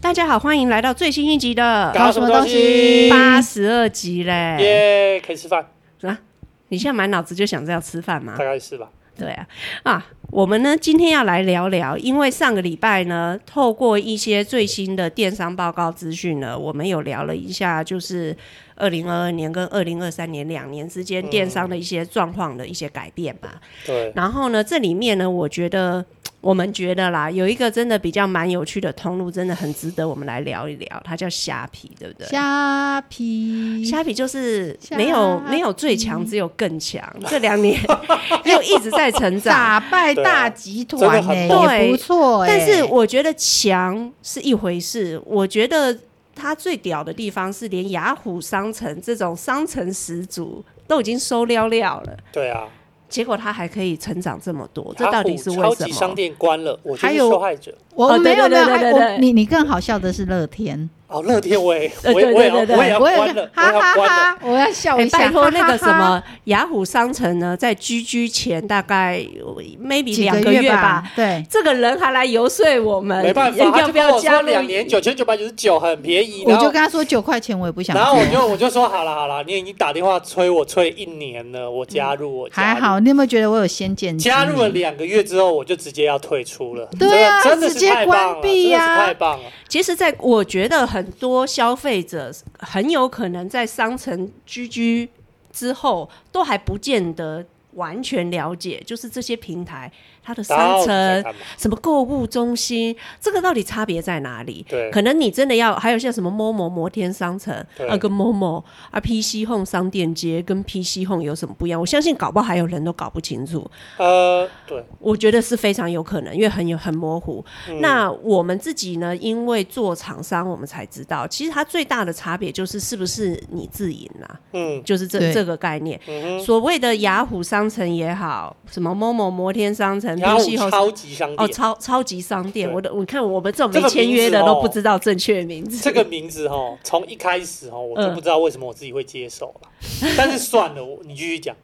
大家好，欢迎来到最新一集的搞什么东西？八十二集嘞。耶可以吃饭，啊，你现在满脑子就想着要吃饭吗大？概是吧。对啊，啊，我们呢今天要来聊聊，因为上个礼拜呢，透过一些最新的电商报告资讯呢，我们有聊了一下，就是二零二二年跟二零二三年两年之间电商的一些状况的一些改变嘛。对，然后呢，这里面呢，我觉得我们觉得啦，有一个真的比较蛮有趣的通路，真的很值得我们来聊一聊。它叫虾皮，对不对？虾皮，虾皮就是虾没有没有最强，只有更强。这两 年又一直在成长，打败大集啊真的团很呢、猛也不错、欸。但是我觉得强是一回事，我觉得它最屌的地方是连雅虎商城这种商城始祖都已经收撩料了，对啊，结果它还可以成长这么多，这雅到虎底是为超什级么商？店关了，我就还是有受害者。我哦没有对没对有，对还对对我你你更好笑的是乐天，哦，乐天我也，呃我也，对我也要，对对对我也要我关有了，我哈也哈要关了。哈，我要笑哎一下。拜托那个什哈哈哈么雅虎商城呢，在 GG 前大概呃 maybe 几两个月吧，，对，这个人还来游说我们，没办法，他要不就跟要我加说入两年九千九百九十九很便宜，我然就后跟他说九块钱我也不想然后我付。就我就说好了好了，你已经打电话催我催一年了，我加入我加还入好，你有没有觉得我有先见之明加入了两个月之后，我就直接要退出了。对啊真的真的直是接太棒了，关闭真的啊是太棒了。其实，在我觉得很多消费者很有可能在商城居居之后，都还不见得完全了解，就是这些平台它的然商后再城。干嘛什么购物中心，这个到底差别在哪里？对可能你真的要还有像什么 MOMO 摩天商城对啊，跟 MOMO 啊 PC Home 商店街跟 PC Home 有什么不一样？我相信搞不好还有人都搞不清楚。呃，对，我觉得是非常有可能，因为很有很模糊。嗯那我们自己呢，因为做厂商，我们才知道，其实它最大的差别就是是不是你自营啦、嗯就是这对这个概念。嗯所谓的雅虎商城也好，什么某某摩天商城、哼，然后 PC 后超级商哦店。超超级商店，对我的我看我们这种这没个签约名的字哦都不知道正确名 字。这个名字哦，从一开始哦，我嗯就不知道为什么我自己会接受 了。但是算了，我你继续讲。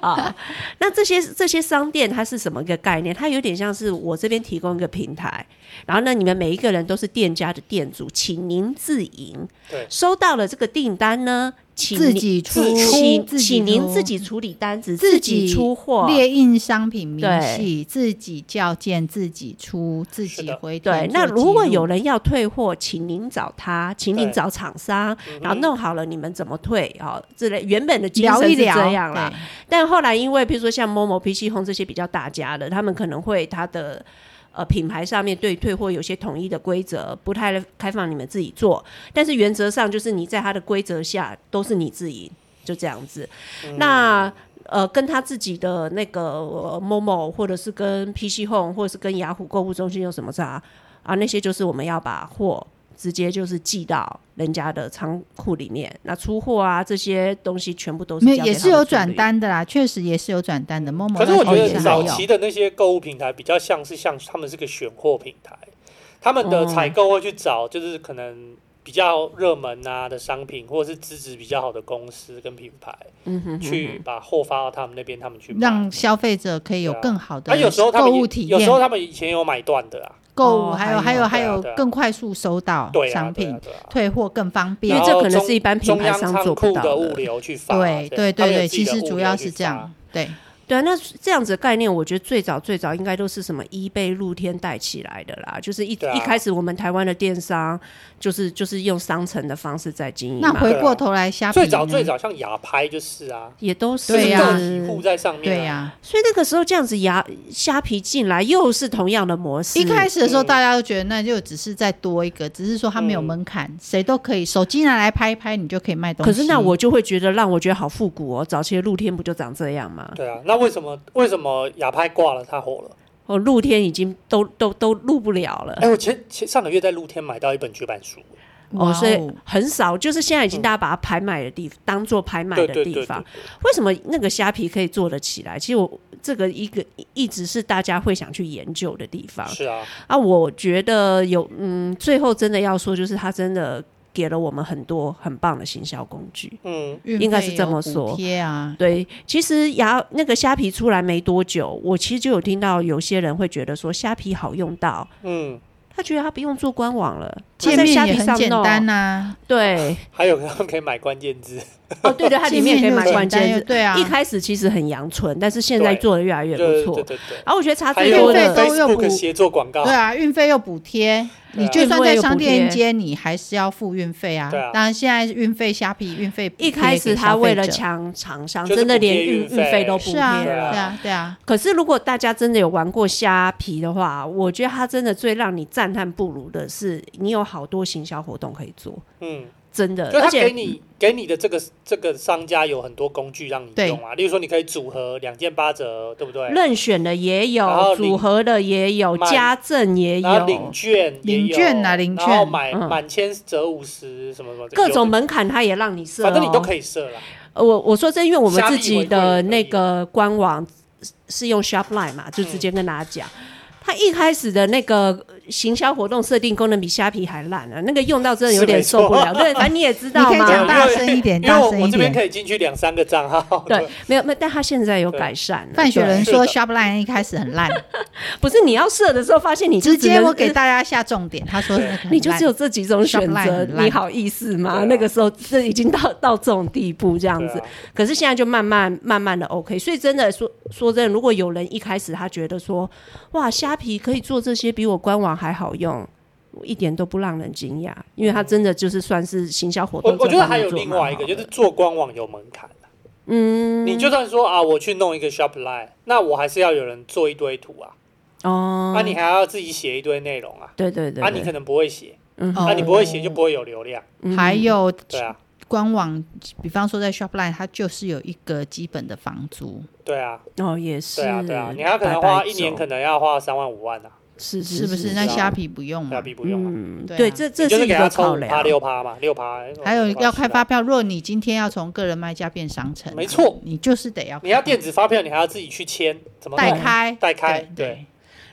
啊。 那这些这些商店它是什么一个概念？它有点像是我这边提供一个平台，然后呢，你们每一个人都是店家的店主，请您自营。对收到了这个订单呢，请自您己出自，请自己请您出自己处理单子，自己己出货。列印商品明对细，自己校件，自己出，自是己的回填对，那做记如果录有人要退货，请您找他，请您对嗯找厂商，哼然后弄好了你们怎么退啊、哦、之类。原本的精聊神一是这聊样啦，对但后来因为比如说像 Momo、PC Home 这些比较大家的，他们可能会它的呃品牌上面对退货有些统一的规则，不太开放你们自己做，但是原则上就是你在它的规则下都是你自己就这样子。那呃，跟他自己的那个、呃、Momo 或者是跟 PC Home 或者是跟雅虎购物中心有什么差啊？那些就是我们要把货。直接就是寄到人家的仓库里面，那出货啊这些东西全部都是没有交给也他是们有处转理单的啦，确实也是有转单的。某某可是我觉哦也也得是早有期的那些购物平台比较像是像他们是个选货平台，他们的采购会去找就是可能比较热门啊的商品，或者是资质比较好的公司跟品牌，嗯哼，去把货发到他们那边，他们去卖。让消费者可以有更好的啊，有时候他购们物也体有时候验，他们以前有买断的啊，购哦物还有还还有有还对啊有对啊更快速收到对啊，商对啊品，对啊。退货更方因便为。然这后可能中是一般品中牌央商仓做不库到的的物流去发，对对他对们有对，自己其的实物主流要去嗯是这发样。。对，对啊，那这样子的概念，我觉得最早最早应该都是什么一被露天带起来的啦，就是一、对啊一开始我们台湾的电商就是就是用商城的方式在经营嘛，那回过头来虾皮啊最啊早呢最早像雅拍就是啊，也都是对呀、啊个体户在上面、啊对呀，所以那个时候这样子牙虾皮进来又是同样的模式，一开始的时候嗯大家都觉得那就只是再多一个，只是说它没有嗯门槛，谁都可以，手机拿来拍一拍，你就可以卖东西。可是那我就会觉得让我觉得好复古哦，早期的露天不就长这样吗？对啊，那为什么为什么雅拍挂了它火了？哦，露天已经都都都录不了了。哎、我前前上个月在露天买到一本绝版书，哦，哇所以很少，就是现在已经大家把它拍卖的地方，当做拍卖对的嗯对地对对方对。，为什么那个虾皮可以做得起来？其实我这个一个一直是大家会想去研究的地方是啊，啊。我觉得有嗯，最后真的要说，就是它真的给了我们很多很棒的行销工具。嗯，运费应该是这么有说补贴啊，对，其实牙那个虾皮出来没多久，我其实就有听到有些人会觉得说虾皮好用到嗯，他觉得他不用做官网了，他界在虾面也皮很上简弄。单啊呐、对，还有他们可以买关键字，哦，对对，它里面也可以买关界面键又简单又字。对啊，一开始其实很阳春，但是现在对做的越来越就是不错。对对对。然后我觉得差还最有多运费的，都要补 Facebook 协作广告对，啊，运费又补贴，对啊你就算在商运费又店补贴街，你还是要付运费啊。对啊当然，现在运费虾皮运费补贴一开给始消他费为了者抢厂商，就是真的连补贴运运运费费都补是贴啊，对了。啊，对啊，可是，如果大家真的有玩过虾皮的话，我觉得它真的最让你赞叹不如的是，你有好多行销活动可以做，嗯，真的就。呃而他给且，你给你的这个这个商家有很多工具让你对用啊，例如说你可以组合两件八折，对不对？任选的也然后有，领组合的也有，买家政也然后领有，券也有，领券啊领券然后买嗯满千折五十什么什么的，各种有的门槛它也让你设、哦，反正你都可以设啦。呃我我说真，因为我们自己虾的米那个官网是是用 Shopline 嘛，嗯就直接跟大家讲，它一开始的那个行销活动设定功能比虾皮还烂啊，那个用到真的有点受不是了。对，反正你也知你道可以对嘛。讲大声一点，因为大我声我一这边点。可以进去两三个账号， 对，没有，没有但它现在有改善了。范雪对伦说是 Shopline 一开始很烂，不是你要设的时候发现你就直只接能呃我给大家下重点，他说对那个很你就烂只有这几种选 Shopline 择很，烂你好意思对吗啊？那个时候这已经到到这种地步这样对啊子，可是现在就慢慢慢慢的 OK，所以真的说说真的，如果有人一开始他觉得说，哇，虾皮可以做这些比我官网还好用，我一点都不让人惊讶，因为他真的就是算是行销活我动我这觉方得还面有做得另蛮好外的。啊一个就是做官网有门槛啊嗯，你就算说啊，我去弄一个 Shopline，那我还是要有人做一堆图啊，哦，啊，你还要自己写一堆内容啊，对对对，啊，你可能不会写，嗯哦啊，你不会写就不会有流量，嗯还有对啊，官网，比方说在 Shopline，它就是有一个基本的房租，对啊，哦也是对啊，对啊，你还可能百百花一年，种可能要花三万五万啊，是是不是？是？那是啊虾皮不用对啊，嘛？比不用啊，嗯，对啊对，这这你就是是一给他个抽考五趴量。啊六趴嘛，六趴，还有啊要开发发，票，如果你今天要从个人卖家变商城啊，没错你就是得要你要电子发票，你还要自己去签，怎么弄啊代开，代开，对对，对，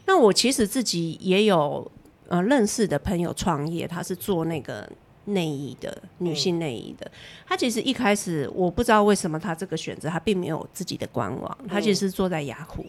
那我其实自己也有呃认识的朋友创业，他是做那个内衣的女嗯性内衣的。他其实一开始我不知道为什么他这个选择，他并没有自己的官网，他其实是做在雅虎。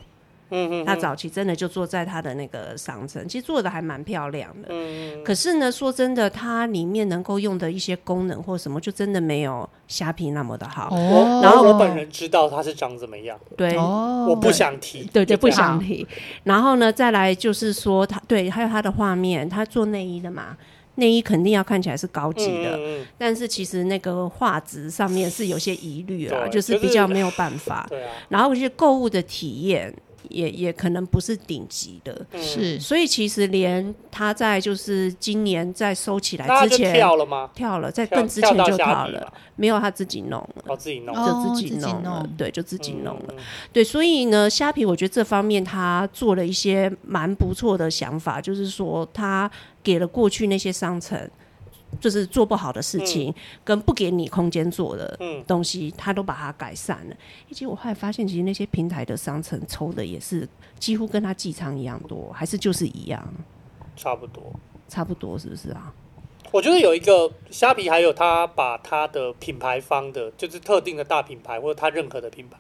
嗯嗯，他早期真的就做在他的那个商城，其实做的还蛮漂亮的。嗯，可是呢，说真的，它里面能够用的一些功能或什么，就真的没有虾皮那么的好。哦然后我本人知道它是长怎么样，对，哦，我不想提，对对，就不这样想提。然后呢，再来就是说他对，还有他的画面，他做内衣的嘛，内衣肯定要看起来是高级嗯的，嗯嗯但是其实那个画质上面是有些疑虑啦，对就是就是比较没有办 法。对啊，然后就是购物的体验也也可能不是顶级的，嗯。是所以其实连他在就是今年在收起那来他之就前跳了吗？跳了，在跳更之前跳到就虾跳皮了，嘛，没有他自己弄了，哦，自己弄，哦就自己自己弄了，弄对，就自己弄了。嗯。对，所以呢，虾皮我觉得这方面他做了一些蛮不错的想法，就是说他给了过去那些商城，就是做不好的事情，跟不给你空间做的嗯东西，他都把它改善了。以及我后来发现，其实那些平台的商城抽的也是几乎跟他寄仓一样多，还是就是一样，差不多。差不多是不是啊？我觉得有一个虾皮，还有他把他的品牌方的，就是特定的大品牌或者他认可的品牌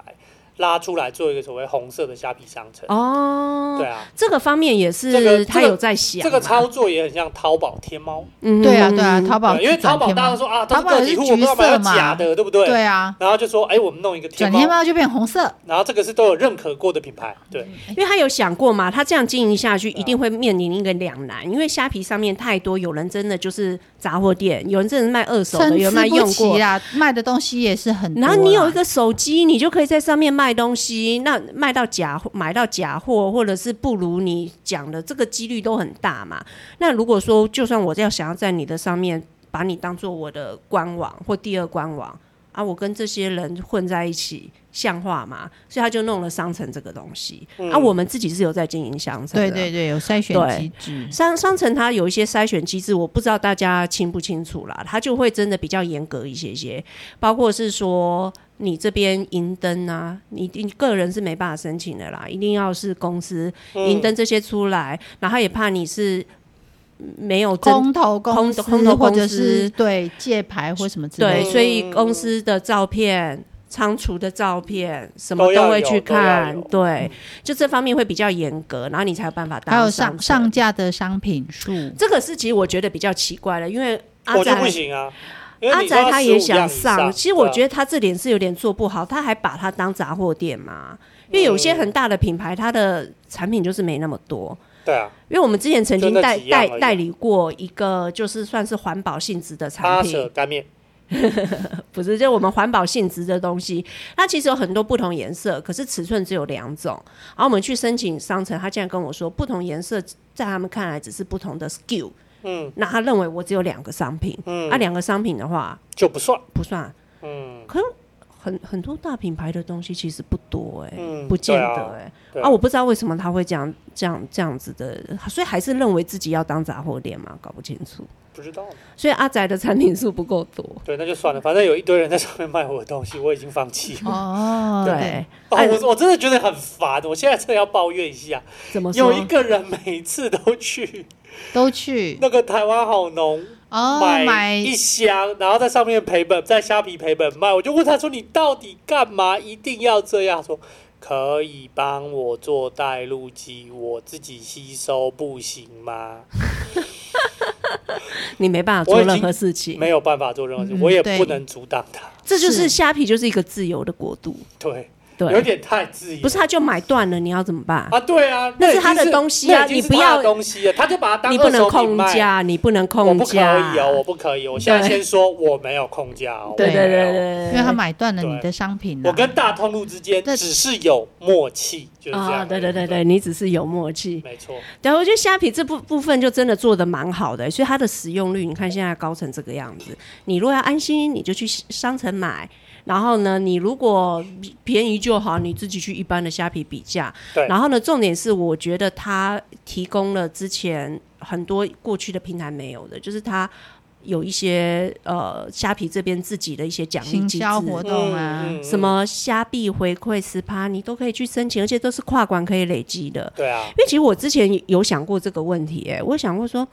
拉出来做一个所谓红色的虾皮商城。哦，啊对啊，这个方面也这个是这他个有在想这个嘛操作也很像淘宝、天猫，嗯对啊，对啊，淘宝对因为淘宝大家当说啊，都淘是宝个也体是户，我橘不要买色到嘛，假的，对不对？对啊，然后就说，哎，我们弄一个天转猫天，猫就变红色，然后这个是都有认可过的品牌，对，因为他有想过嘛，他这样经营下去一定会面临一个两难，因为虾皮上面太多，有人真的就是杂货店，有人真的卖二手参的，有差卖不用齐啊过。啦，卖的东西也是很多啦。啊然后你有一个手机，你就可以在上面卖东西，那卖到假货，买到假货，或者是不如你讲的，这个几率都很大嘛。那如果说，就算我要想要在你的上面把你当做我的官网或第二官网啊，我跟这些人混在一起，像话吗？所以他就弄了商城这个东西、啊，我们自己是有在经营商城的，嗯啊对对对，有筛选对机制，商商城它有一些筛选机制，我不知道大家清不清楚啦，它就会真的比较严格一些些，包括是说你这边银灯啊，你你个人是没办法申请的啦，一定要是公司嗯银灯这些出来，然后他也怕你是没有真空投公空司空投公司或者是对借牌或什么之嗯类对，的，所以公司的照片。仓储的照片，什么都要会有去都要看有，嗯对，就这方面会比较严格，然后你才有办法达还到有上上层上架的商品数，这个是其实我觉得比较奇怪的，因为阿我就宅不行啊。因为阿你宅说他15也样想以上，啊其实我觉得得他这点是有点做不好，他还把它当杂货店嘛，因为有嗯些很大的品牌，它的产品就是没那么多。对啊，因为我们之前曾经就那代几样代而已啊代理过一个，就是算是环保性质的产阿品，舍干面， 不是，就我们环保性质的东西，它其实有很多不同颜色，可是尺寸只有两种。然后我们去申请商城，他竟然跟我说，不同颜色在他们看来只是不同的 SKU。嗯，那他认为我只有两个商品，嗯啊，两个商品的话就不算，不算，嗯很很多大品牌的东西其实不多哎、嗯，不见对得啊，哎、对啊我不知道为什么他会这样这样这样子的，所以还是认为自己要当杂货店嘛，搞不清楚。不知道，所以阿宅的产品数不够多，对，那就算了，反正有一堆人在上面卖我的东西，我已经放弃了。哦，对，哦，哎我我真的觉得很烦，我现在真的要抱怨一下，怎么有说？一个人每次都去都去那个台湾好农哦买买一箱，然后在上面赔本，在虾皮赔本卖。我就问他说：“你到底干嘛一定要这样？”他说：“可以帮我做带路机，我自己吸收不行吗你没办法做我已经任何事？”情，没有办法做任何事，嗯我也对不能阻挡他。这就是是虾皮就是一个自由的国度，对，有对，点太自由。不是他就买断了，你要怎么办？啊，对啊，那那是已经他的东西啊那已经你是不他的要东西了，他就把它当你不能二手品控卖。价，你不能我控不可以价，哦，我不可以。我现在对先说我没有控价哦，对对对对我没有对，因为他买断了对你的商品啊，我跟大通路之间对只是有默契，就是这啊，样。对对对对，，你只是有默契。没错。对，我觉得虾皮这部部分就真的做的蛮好的，所以它的使用率，你看现在高成这个样子。你如果要安心，你就去商城买。然后呢，你如果便宜就好，你自己去一般的虾皮比价。对然后呢，重点是我觉得它提供了之前很多过去的平台没有的，就是它有一些呃虾皮这边自己的一些奖励行机制。销活动啊，嗯嗯嗯什么虾币回馈十趴，你都可以去申请，而且都是跨管可以累积的。对啊，因为其实我之前有想过这个问题、哎，我想过说，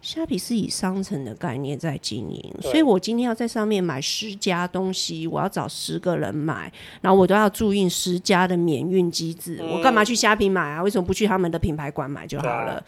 虾皮是以商城的概念在经营，对所以我今天要在上面买十家东西，我要找十个人买，然后我都要注意十家的免运机制，嗯我干嘛去虾皮买啊？为什么不去他们的品牌馆买就好对了？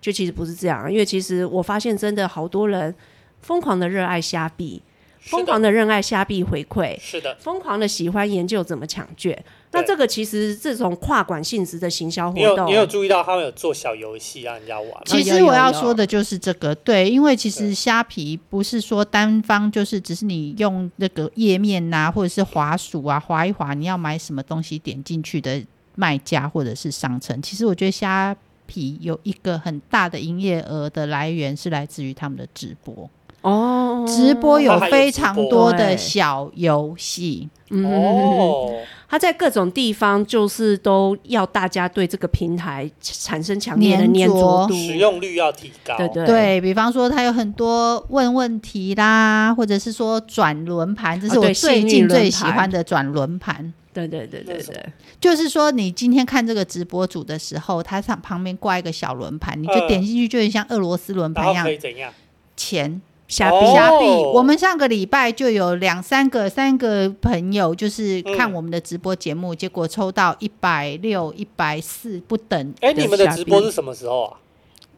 就其实不是这样，因为其实我发现真的好多人疯狂的热爱虾币，是疯狂的，的热爱虾币回馈，是的。疯狂的喜欢研究怎么抢券。那这个其实这种跨管性质的行销你活有动，你有注意到他们有做小游戏让人家玩吗？其有实有我要有说的就是这个，对，因为其实虾皮不是说单方就是只是你用那个页面呐、或者是滑鼠啊滑一滑，你要买什么东西点进去的卖家或者是商城。其实我觉得虾皮有一个很大的营业额的来源是来自于他们的直播，哦，直播有它还有非直常播多对的小游戏，嗯，哦，他在各种地方就是都要大家对这个平台产生强烈的粘着度，使用率要提高。对对对比方说，它有很多问问题啦，或者是说转轮盘，这哦是我对最幸运近轮最喜盘欢的转轮盘。对对对对对，就是说，你今天看这个直播组的时候，它上旁边挂一个小轮盘，你就点进去，就很像俄罗斯轮然盘后一样可以，怎样？钱虾哦币虾币。我们上个礼拜就有两三个三个朋友，就是嗯看我们的直播节目，结果抽到一百六、一百四不等。哎，你们的直播虾币是什么时候啊？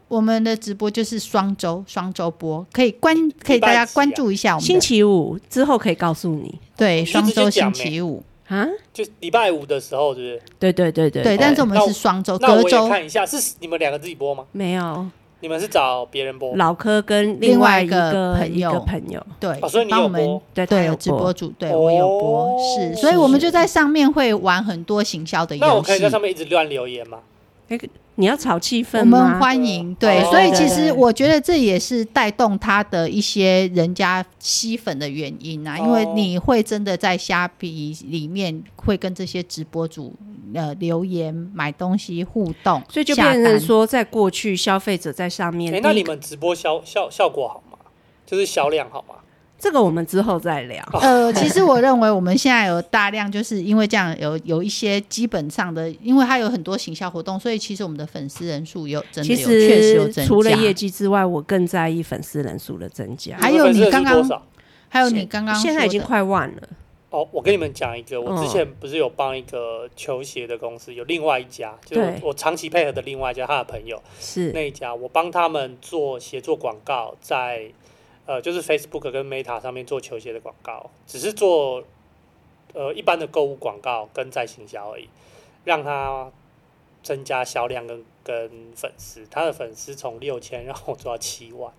我们的直播就是双周双周播，可以关可以礼拜大家几啊关注一下我们星的期五之后可以告诉你对你就双直接周星讲期五，啊，就礼拜五的时候，是不是？对对对对对，但是我们那我是双周那隔我也周。看一下，是你们两个自己播吗？没有你们是找别人播？老柯跟另外外一一个个一个朋友朋友，对哦所以，你帮有我们播对他对有有直播播主，对我有播哦是，所以我们就在上面会玩很多行销的那我游可以戏在。上面一直乱留言吗？你要炒气氛我吗们？欢迎对，哦所以对其对对实我觉得这也是带动他的一些人家吸粉的原因啊，因为哦你会真的在虾皮里面会跟这些直播主呃留言、买东西互动，所以就下变成单说，在过去消费者在上面哎，，那第一你们直播效效效果好吗？就是销量好吗？这个我们之后再聊。呃，其实我认为我们现在有大量，就是因为这样有有一些基本上的，因为它有很多行销活动，所以其实我们的粉丝人数有真的其有确实有实增加。除了业绩之外，我更在意粉丝人数的增加。还有们粉丝你刚是多刚少？还有你刚刚现在已经说的快万了，哦，我跟你们讲一个，我嗯之前不是有帮一个球鞋的公司，有另外一家，就是对我我长期配合的另外一家他的朋友是那一家，我帮他们做协作广告在，呃，就是 Facebook 跟 Meta 上面做球鞋的广告，只是做呃一般的购物广告跟在行销而已，让他增加销量跟跟粉丝，他的粉丝从六千让我做到七万，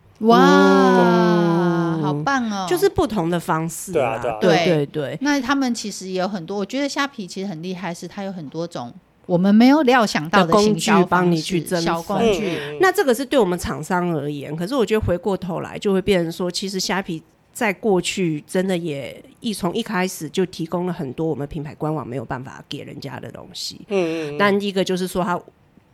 哇，嗯好棒哦！就是不同的方式对啊啦对啊对对对对，那他们其实也有很多，我觉得虾皮其实很厉害，是它有很多种我们没有料想到的工行具销帮方你式去增小粉工嗯具。那这个是对我们厂商而言，可是我觉得回过头来就会变成说，其实虾皮在过去真的也一从一开始就提供了很多我们品牌官网没有办法给人家的东西。嗯嗯嗯，但第一个就是说，它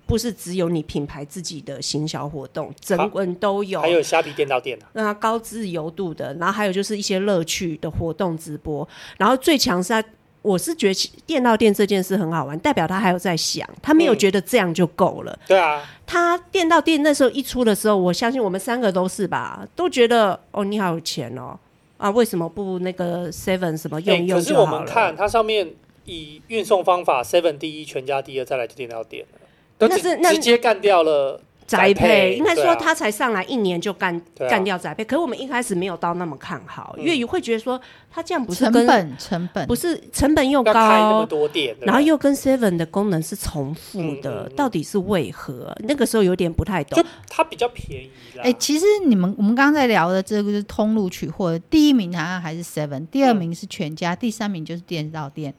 不是只有你品牌自己的行销活动，整文都有，还有虾皮店到店啊，那高自由度的，然后还有就是一些乐趣的活动直播，然后最强是它。我是觉得其电到店这件事很好玩，代表他还有在想，他没有嗯觉得这样就够了。对啊，他电到店那时候一出的时候，我相信我们三个都是吧，都觉得哦你好有钱哦啊为什么不那 个 Seven 什么哎，用用可是就我好了？们看它上面以运送方法，Seven 第一，全家第二，再来就电到店了，都那直是那直接干掉了宅宅配应该对说啊他才上来一年就干、对啊干掉宅配，可是我们一开始没有到那么看好，嗯因为会觉得说他这样不是成跟本成本不是成本又要开那么高，多店，对吧然后又跟 Seven 的功能是重复的，嗯嗯嗯到底是为何？那个时候有点不太懂就。它比较便宜啦。哎、其实你们我们刚刚在聊的这个就是通路取货，第一名好像还是 Seven，第二嗯名是全家，第三名就是店到店。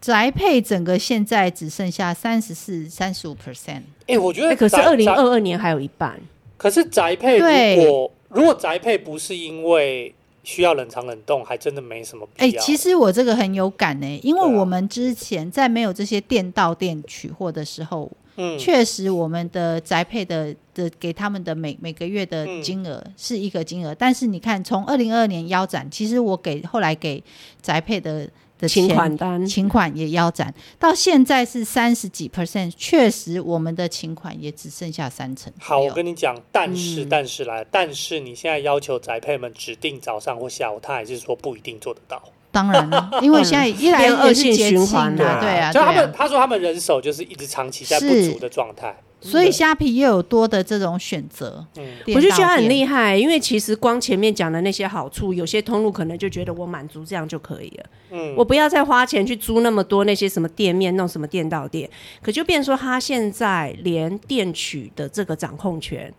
宅配整个现在只剩下三十四、三十五 percent，哎、我觉哎得可是宅二零宅二二年还有一半，可是宅配对如果如果宅配不是因为需要冷藏冷冻，还真的没什么哎、必要。其实我这个很有感呢、因为对啊我们之前在没有这些店到店取货的时候，嗯，确实我们的宅配的的给他们的每每个月的嗯金额是一个金额，但是你看从二零二二年腰斩，其实我给后来给宅配的的请钱款单请款也腰斩，到现在是三十几 percent，确实我们的请款也只剩下三成好，左我右。跟你讲，但是、嗯但是来，但是你现在要求宅配们指定早上或下午，他还是说不一定做得到。当 然了，因为现在一来嗯变恶也是性节循庆环啊，啦对啊，嗯就对他们、啊。他说他们人手就是一直长期在不是足的状态。所以虾皮又有多的这种选择，嗯，嗯我就觉得店到很店厉害，因为其实光前面讲的那些好处，有些通路可能就觉得我满足这样就可以了，嗯我不要再花钱去租那么多那些什么店面，弄什么店到店，可就变成说他现在连店取的这个掌控权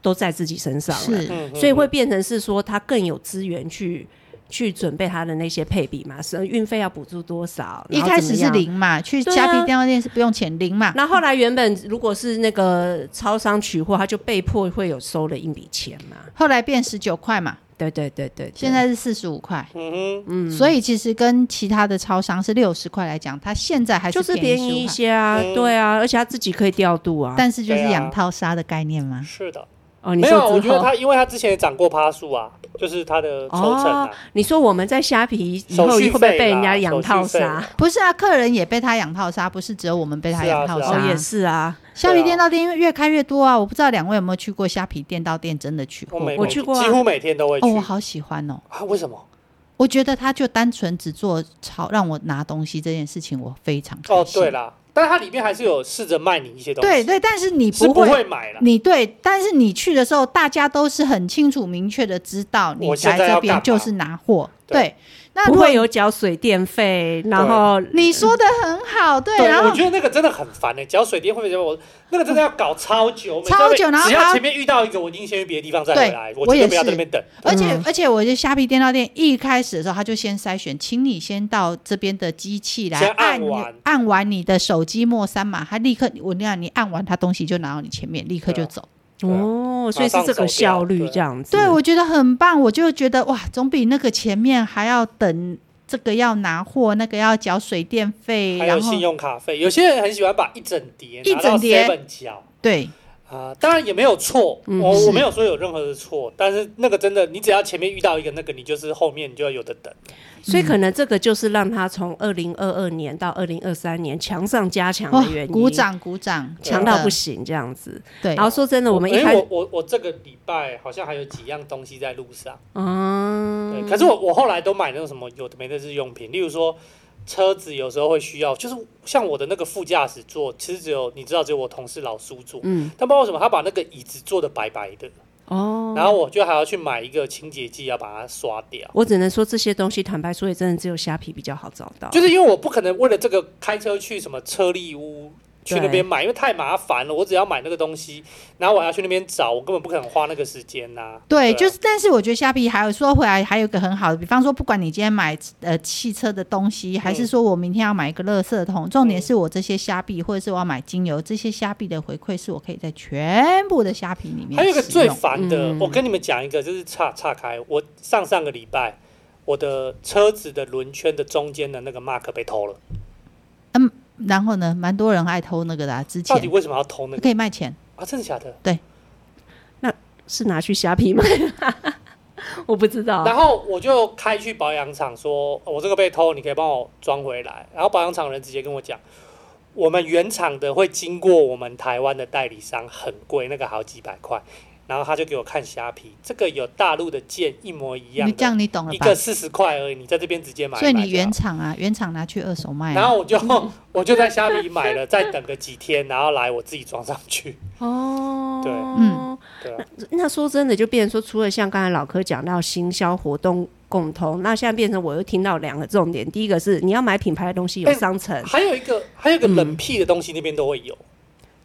都在自己身上了，是嗯，嗯所以会变成是说他更有资源去。去准备他的那些配比嘛，是运费要补助多少？一然后开怎始么是样零嘛，去对虾啊皮店到店是不用钱，零啊嘛。那后来原本如果是那个超商取货，他就被迫会有收了一笔钱嘛。后来变十九块嘛，对对对对对现在是四十五块，嗯哼，所以其实跟其他的超商是六十块来讲，它现在还就是便便宜宜一15块，些啊，嗯对啊，而且他自己可以调度啊。但是就是对啊养套杀的概念嘛。是的，哦，你没有，啊我说之觉得后，他因为他之前也涨过趴数啊，就是他的抽成啊哦，你说我们在虾皮以后手续会费不会被人啦家养套手续费杀啦？不是啊，客人也被他养套杀，不是只有我们被他是啊养套是啊哦，也杀。是啊，虾皮店到店越开越多啊！我不知道两位有没有去过虾皮店到店，真的去我过？每我每去过啊几乎每天都会去。哦，我好喜欢哦！啊，为什么？我觉得他就单纯只做炒让我拿东西这件事情，我非常开哦，心。对啦，但它里面还是有试着卖你一些东西，对，对，但是你是不不会会买啦。你对，但是你去的时候，大家都是很清楚、明确的知道，你我现来在要这干嘛边就是拿货。对对，那不如果会有缴水电费，然后你说的很好，对，对，然我后觉得那个真的很烦呢。缴水电会不会觉得我那个真的要搞超久，每超次久要被然后只要它前面遇到一个，我一定先去别的地方再回来，对我我绝对也不要在是那边等。而且、嗯而且，我觉得虾皮电到店一开始的时候，他就先筛选，请你先到这边的机器来先按按完按完你的手机末三码，他立刻我那样你按完，他东西就拿到你前面，立刻就对啊走。对啊哦，所以是这个效率这样子。对，我觉得很棒，我就觉得哇，总比那个前面还要等这个要拿货，那个要缴水电费，还有然后信用卡费，有些人很喜欢把一整叠一拿到整叠 seven 缴，对。啊、当然也没有错，嗯我是我没有说有任何的错，但是那个真的，你只要前面遇到一个那个，你就是后面你就要有的等。嗯所以可能这个就是让他从二零二二年到二零二三年强上加强哇的原因，哦鼓掌鼓掌，强到不行。行这样子。对然，后说真的，我们一因开为我始，我我这个礼拜好像还有几样东西在路上，对，嗯，可是我我后来都买那种什么有的没的日用品，例如说车子有时候会需要，就是像我的那个副驾驶座，其实只有你知道只有我同事老苏坐，嗯，但不知道为什么他把那个椅子做的白白的，哦，然后我就还要去买一个清洁剂要把它刷掉。我只能说这些东西，坦白说，也真的只有虾皮比较好找到。就是因为我不可能为了这个开车去什么车力屋去那对边买，因为太麻烦了。我只要买那个东西，然后我还要去那边找，我根本不可能花那个时间呐、对，啊就是，但是我觉得虾皮还有说回来，还有一个很好的，比方说，不管你今天买呃汽车的东西，嗯还是说我明天要买一个垃圾桶，重点是我这些虾币，或者是我要买精油，这些虾币的回馈是我可以在全部的虾皮里面使用。还有一个最烦的，嗯我跟你们讲一个，就是岔岔开。我上上个礼拜，我的车子的轮圈的中间的那个 mark 被偷了，然后呢，蛮多人爱偷那个的、啊，之到底前为什么要偷那个可以卖钱，啊？真的假的？是拿去虾皮买 的，我不知啊道。然后我就开去保养厂说，哦我这个被偷，你可以帮我装回来。然后保养厂人直接跟我讲，我们原厂的会经过我们台湾的代理商，很贵，那个好几百块。然后他就给我看虾皮，这个有大陆的件一模一样你这的，样你懂了一吧个？四十块而已，你在这边直接买。所以买你就好原厂啊，原厂拿去二手卖、然啊。后我就 我就在虾皮买了，再等个几天，然后来我自己装上 去。哦，对嗯，对啊，那说真的，就变成说，除了像刚才老柯讲到行销活动共通，那现在变成我又听到两个重点，第一个是你要买品牌的东西有哎商城，还有一个还有一个冷僻的东西，那边都会有。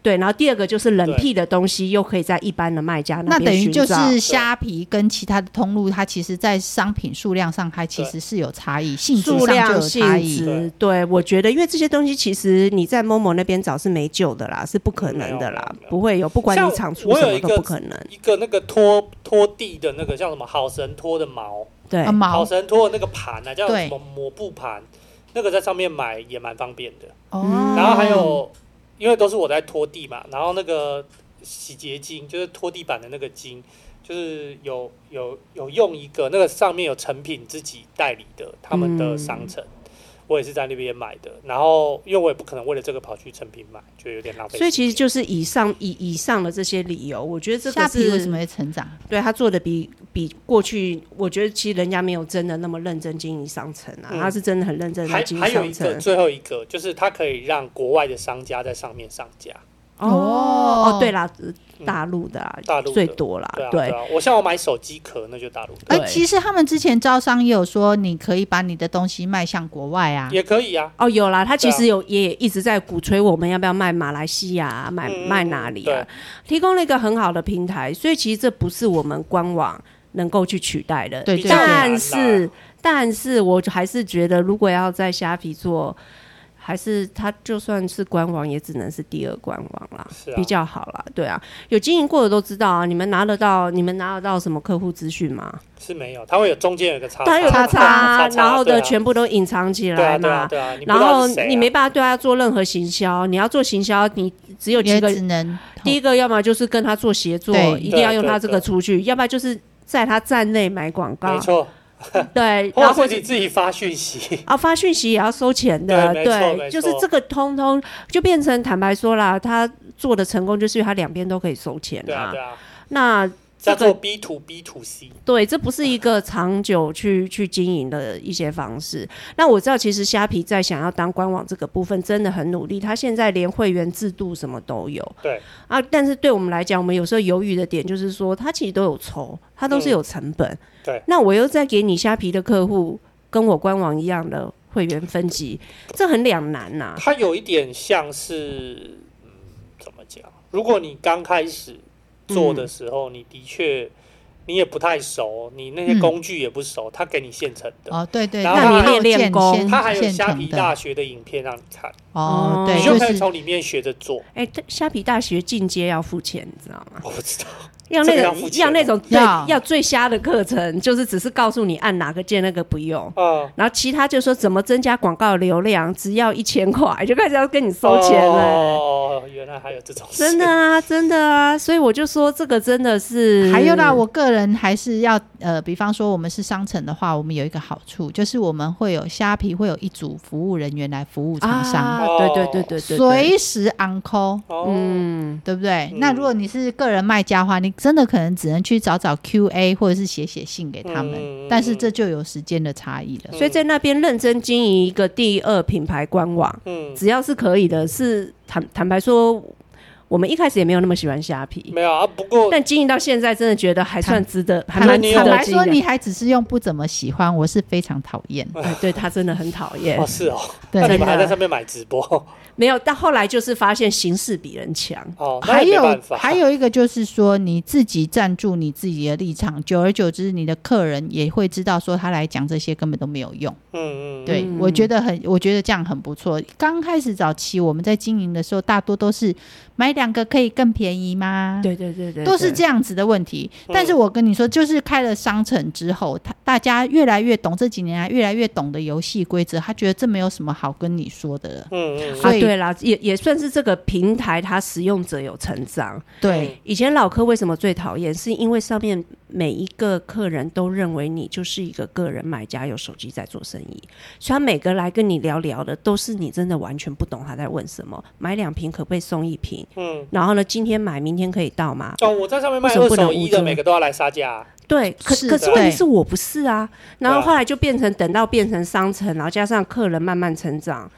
对，然后第二个就是冷对僻的东西又可以在一般的卖家那等边于寻就找。是虾皮跟其他的通路，它其实在商品数量上，它其实是有差异，性质数上就量、有差异。性质，对我觉得，因为这些东西其实你在 Momo 那边找是没救的啦，是不可能的啦没有没，有不会有，不管像你厂出我什有么一都个不可能。一个那个拖拖地的那个叫什么好神拖的毛，对啊，好毛神拖的那个盘啊，叫对什么抹布盘，那个在上面买也蛮方便的。嗯哦然后还有，因为都是我在拖地嘛，然后那个洗洁精就是拖地板的那个精，就是有有有用一个那个上面有成品自己代理的他们的商城。我也是在那边买的，然后因为我也不可能为了这个跑去成品买，就有点浪费时间。所以其实就是以上以以上的这些理由，我觉得这个虾皮为什是么会成长？对他做的比比过去，我觉得其实人家没有真的那么认真经营商城啊，嗯他是真的很认真还的经营还有一商个城。最后一个，就是它可以让国外的商家在上面上架，哦哦哦，对啦，呃大陆的啊嗯大陆的最多啦对啊，，对对，啊。我像我买手机壳，那就大陆的对哎，其实他们之前招商也有说，你可以把你的东西卖向国外啊。也可以啊，哦，有啦，他其对啊实有、也一直在鼓吹我们要不要卖马来西亚、啊，卖嗯卖哪里啊，提供了一个很好的平台，所以其实这不是我们官网能够去取代的。对比对较对，难但啦是，但是我还是觉得，如果要在虾皮做，还是它就算是官网，也只能是第二官网啦，是啊比较好啦。对啊，有经营过的都知道啊，你们拿得到，你们拿得到什么客户资讯吗？是没有，它会有中间有个啊叉叉，它有个叉叉叉，然后对啊的全部都隐藏起对啊来对啊嘛。对啊，你不然知道后是谁啊你没办法对他做任何行销，你要做行销，你只有几也个，只能第一个要么就是跟他做协作，对一定要用对他这个出去，要不然就是在他站内买广告没，错，对，嗯然后或或者者是你自己发 讯息，啊发讯息也要收钱的，对没对，错没就错是这个通通就变成坦白说啦，他做的成功就是因为他两边都可以收钱对啊对啊，那叫这个做 B to B to C，对，这不是一个长久去去经营的一些方式。那我知道，其实虾皮在想要当官网这个部分真的很努力，它现在连会员制度什么都有对啊。但是对我们来讲，我们有时候犹豫的点就是说，它其实都有抽，它都是有成本。嗯对那我又再给你虾皮的客户跟我官网一样的会员分级，这很两难呐、它有一点像是，嗯，怎么讲？如果你刚开始做的时候，你的确你也不太熟，你那些嗯工具也不熟，它给你现成的。哦，对对，然后那他套练件功先它还有现虾成皮的大学的影片让你看，哦，哎对，你就就可以是从里面学着做。哎，这虾皮大学进阶要付钱，你知道吗？ 我不知道，要这那个个要付钱那种对要要最瞎的课程，就是只是告诉你按哪个键，那个不用。啊，然后其他就说怎么增加广告流量，只要一千块就开始要跟你收钱了、哦，原来还有这种事真的啊，真的啊，所以我就说这个真的是还有啦，我个人还是要呃，比方说我们是商城的话，我们有一个好处就是我们会有虾皮会有一组服务人员来服务厂商，啊，对对对对对对，随时 on call，哦，嗯，对不对？嗯那如果你是个人卖家的话，你真的可能只能去找找 QA 或者是写写信给他们，嗯但是这就有时间的差异了。所以在那边认真经营一个第二品牌官网，嗯，只要是可以的，是坦坦白说，我们一开始也没有那么喜欢虾皮，没有啊，不过但经营到现在，真的觉得还算值得，还坦蛮那值你得有坦白经营说，的你还只是用不怎么喜欢，我是非常讨厌。哎，对他真的很讨厌哦，是哦，嗯那你对真们的还在上面买直播没有，但后来就是发现形势比人强，哦，那还也没有办法，还有一个就是说，你自己站住你自己的立场，久而久之，你的客人也会知道说他来讲这些根本都没有用。嗯嗯，对、嗯我觉得很，我觉得这样很不错。刚开始早期我们在经营的时候，大多都是买两个可以更便宜吗？对对对对，嗯都是对这样子的问题。嗯但是我跟你说，就是开了商城之后，他大家越来越懂这几年来越来越懂的游戏规则，他觉得这没有什么好跟你说的了。嗯嗯所啊，以对啦，也也算是这个平台它使用者有成长。对，以前老客为什么最讨厌？是因为上面每一个客人都认为你就是一个个人买家，有手机在做生意，所以他每个来跟你聊聊的都是你真的完全不懂他在问什么。买两瓶可不可以送一瓶？嗯。然后呢，今天买明天可以到吗？哦，我在上面卖为什么二不能手衣无的，遮每个都要来杀价啊。对，可是可是的问题对是我不是啊。然后对啊后来就变成等到变成商城，然后加上客人慢慢成长，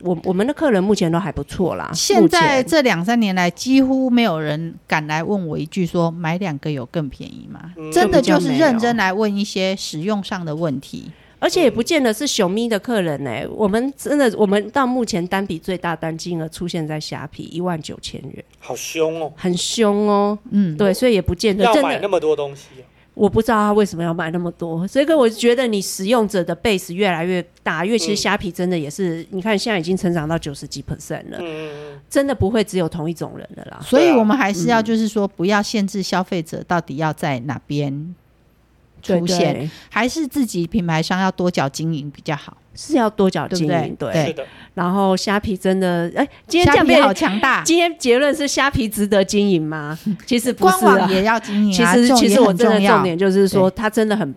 我我们的客人目前都还不错啦。现目在前这两三年来，几乎没有人敢来问我一句说买两个有更便宜吗？嗯真的就就比较是没认有真来问一些实用上的问题。而且也不见得是熊咪的客人呢、我们真的，我们到目前单笔最大单金额出现在虾皮一万九千元，好凶哦，很凶哦。嗯，对，所以也不见得要真买那的，么多东西哦。我不知道他为什么要买那么多。所以个我觉得你使用者的 base 越来越大，因为其嗯实虾皮真的也是，你看现在已经成长到九十几 percent 了，嗯嗯真的不会只有同一种人了啦。所以对啊我们还是要就是说，不要限制消费者到底要在哪边对出现，对还是自己品牌商要多角经营比较好。是要多角对不经对营，嗯，对是的，然后虾皮真的，哎，今天这虾样皮变好强大，今天结论是虾皮值得经营 吗？其实不官是、啊网，也要经营其啊，实这种其也实我很真重的重要。点就是说，它真的很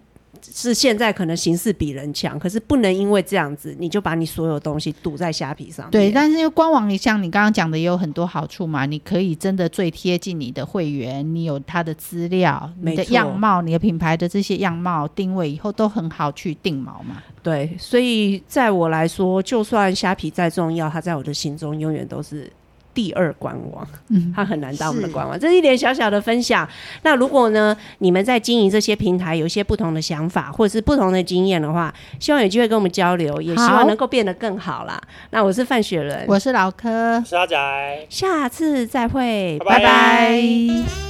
是现在可能形势比人强，可是不能因为这样子你就把你所有东西堵在虾皮上面。对，但是因为官网像你刚刚讲的也有很多好处嘛，你可以真的最贴近你的会员，你有他的资料、你没的错样貌、你的品牌的这些样貌定位，以后都很好去定锚嘛。对，所以在我来说，就算虾皮再重要，它在我的心中永远都是。第二官网，嗯它很难当我们的是官网，这是一点小小的分享。那如果呢，你们在经营这些平台有一些不同的想法，或者是不同的经验的话，希望有机会跟我们交流，也希好望能够变得更好啦。那我是范雪伦，我是老柯，是阿宅。下次再会，拜拜拜拜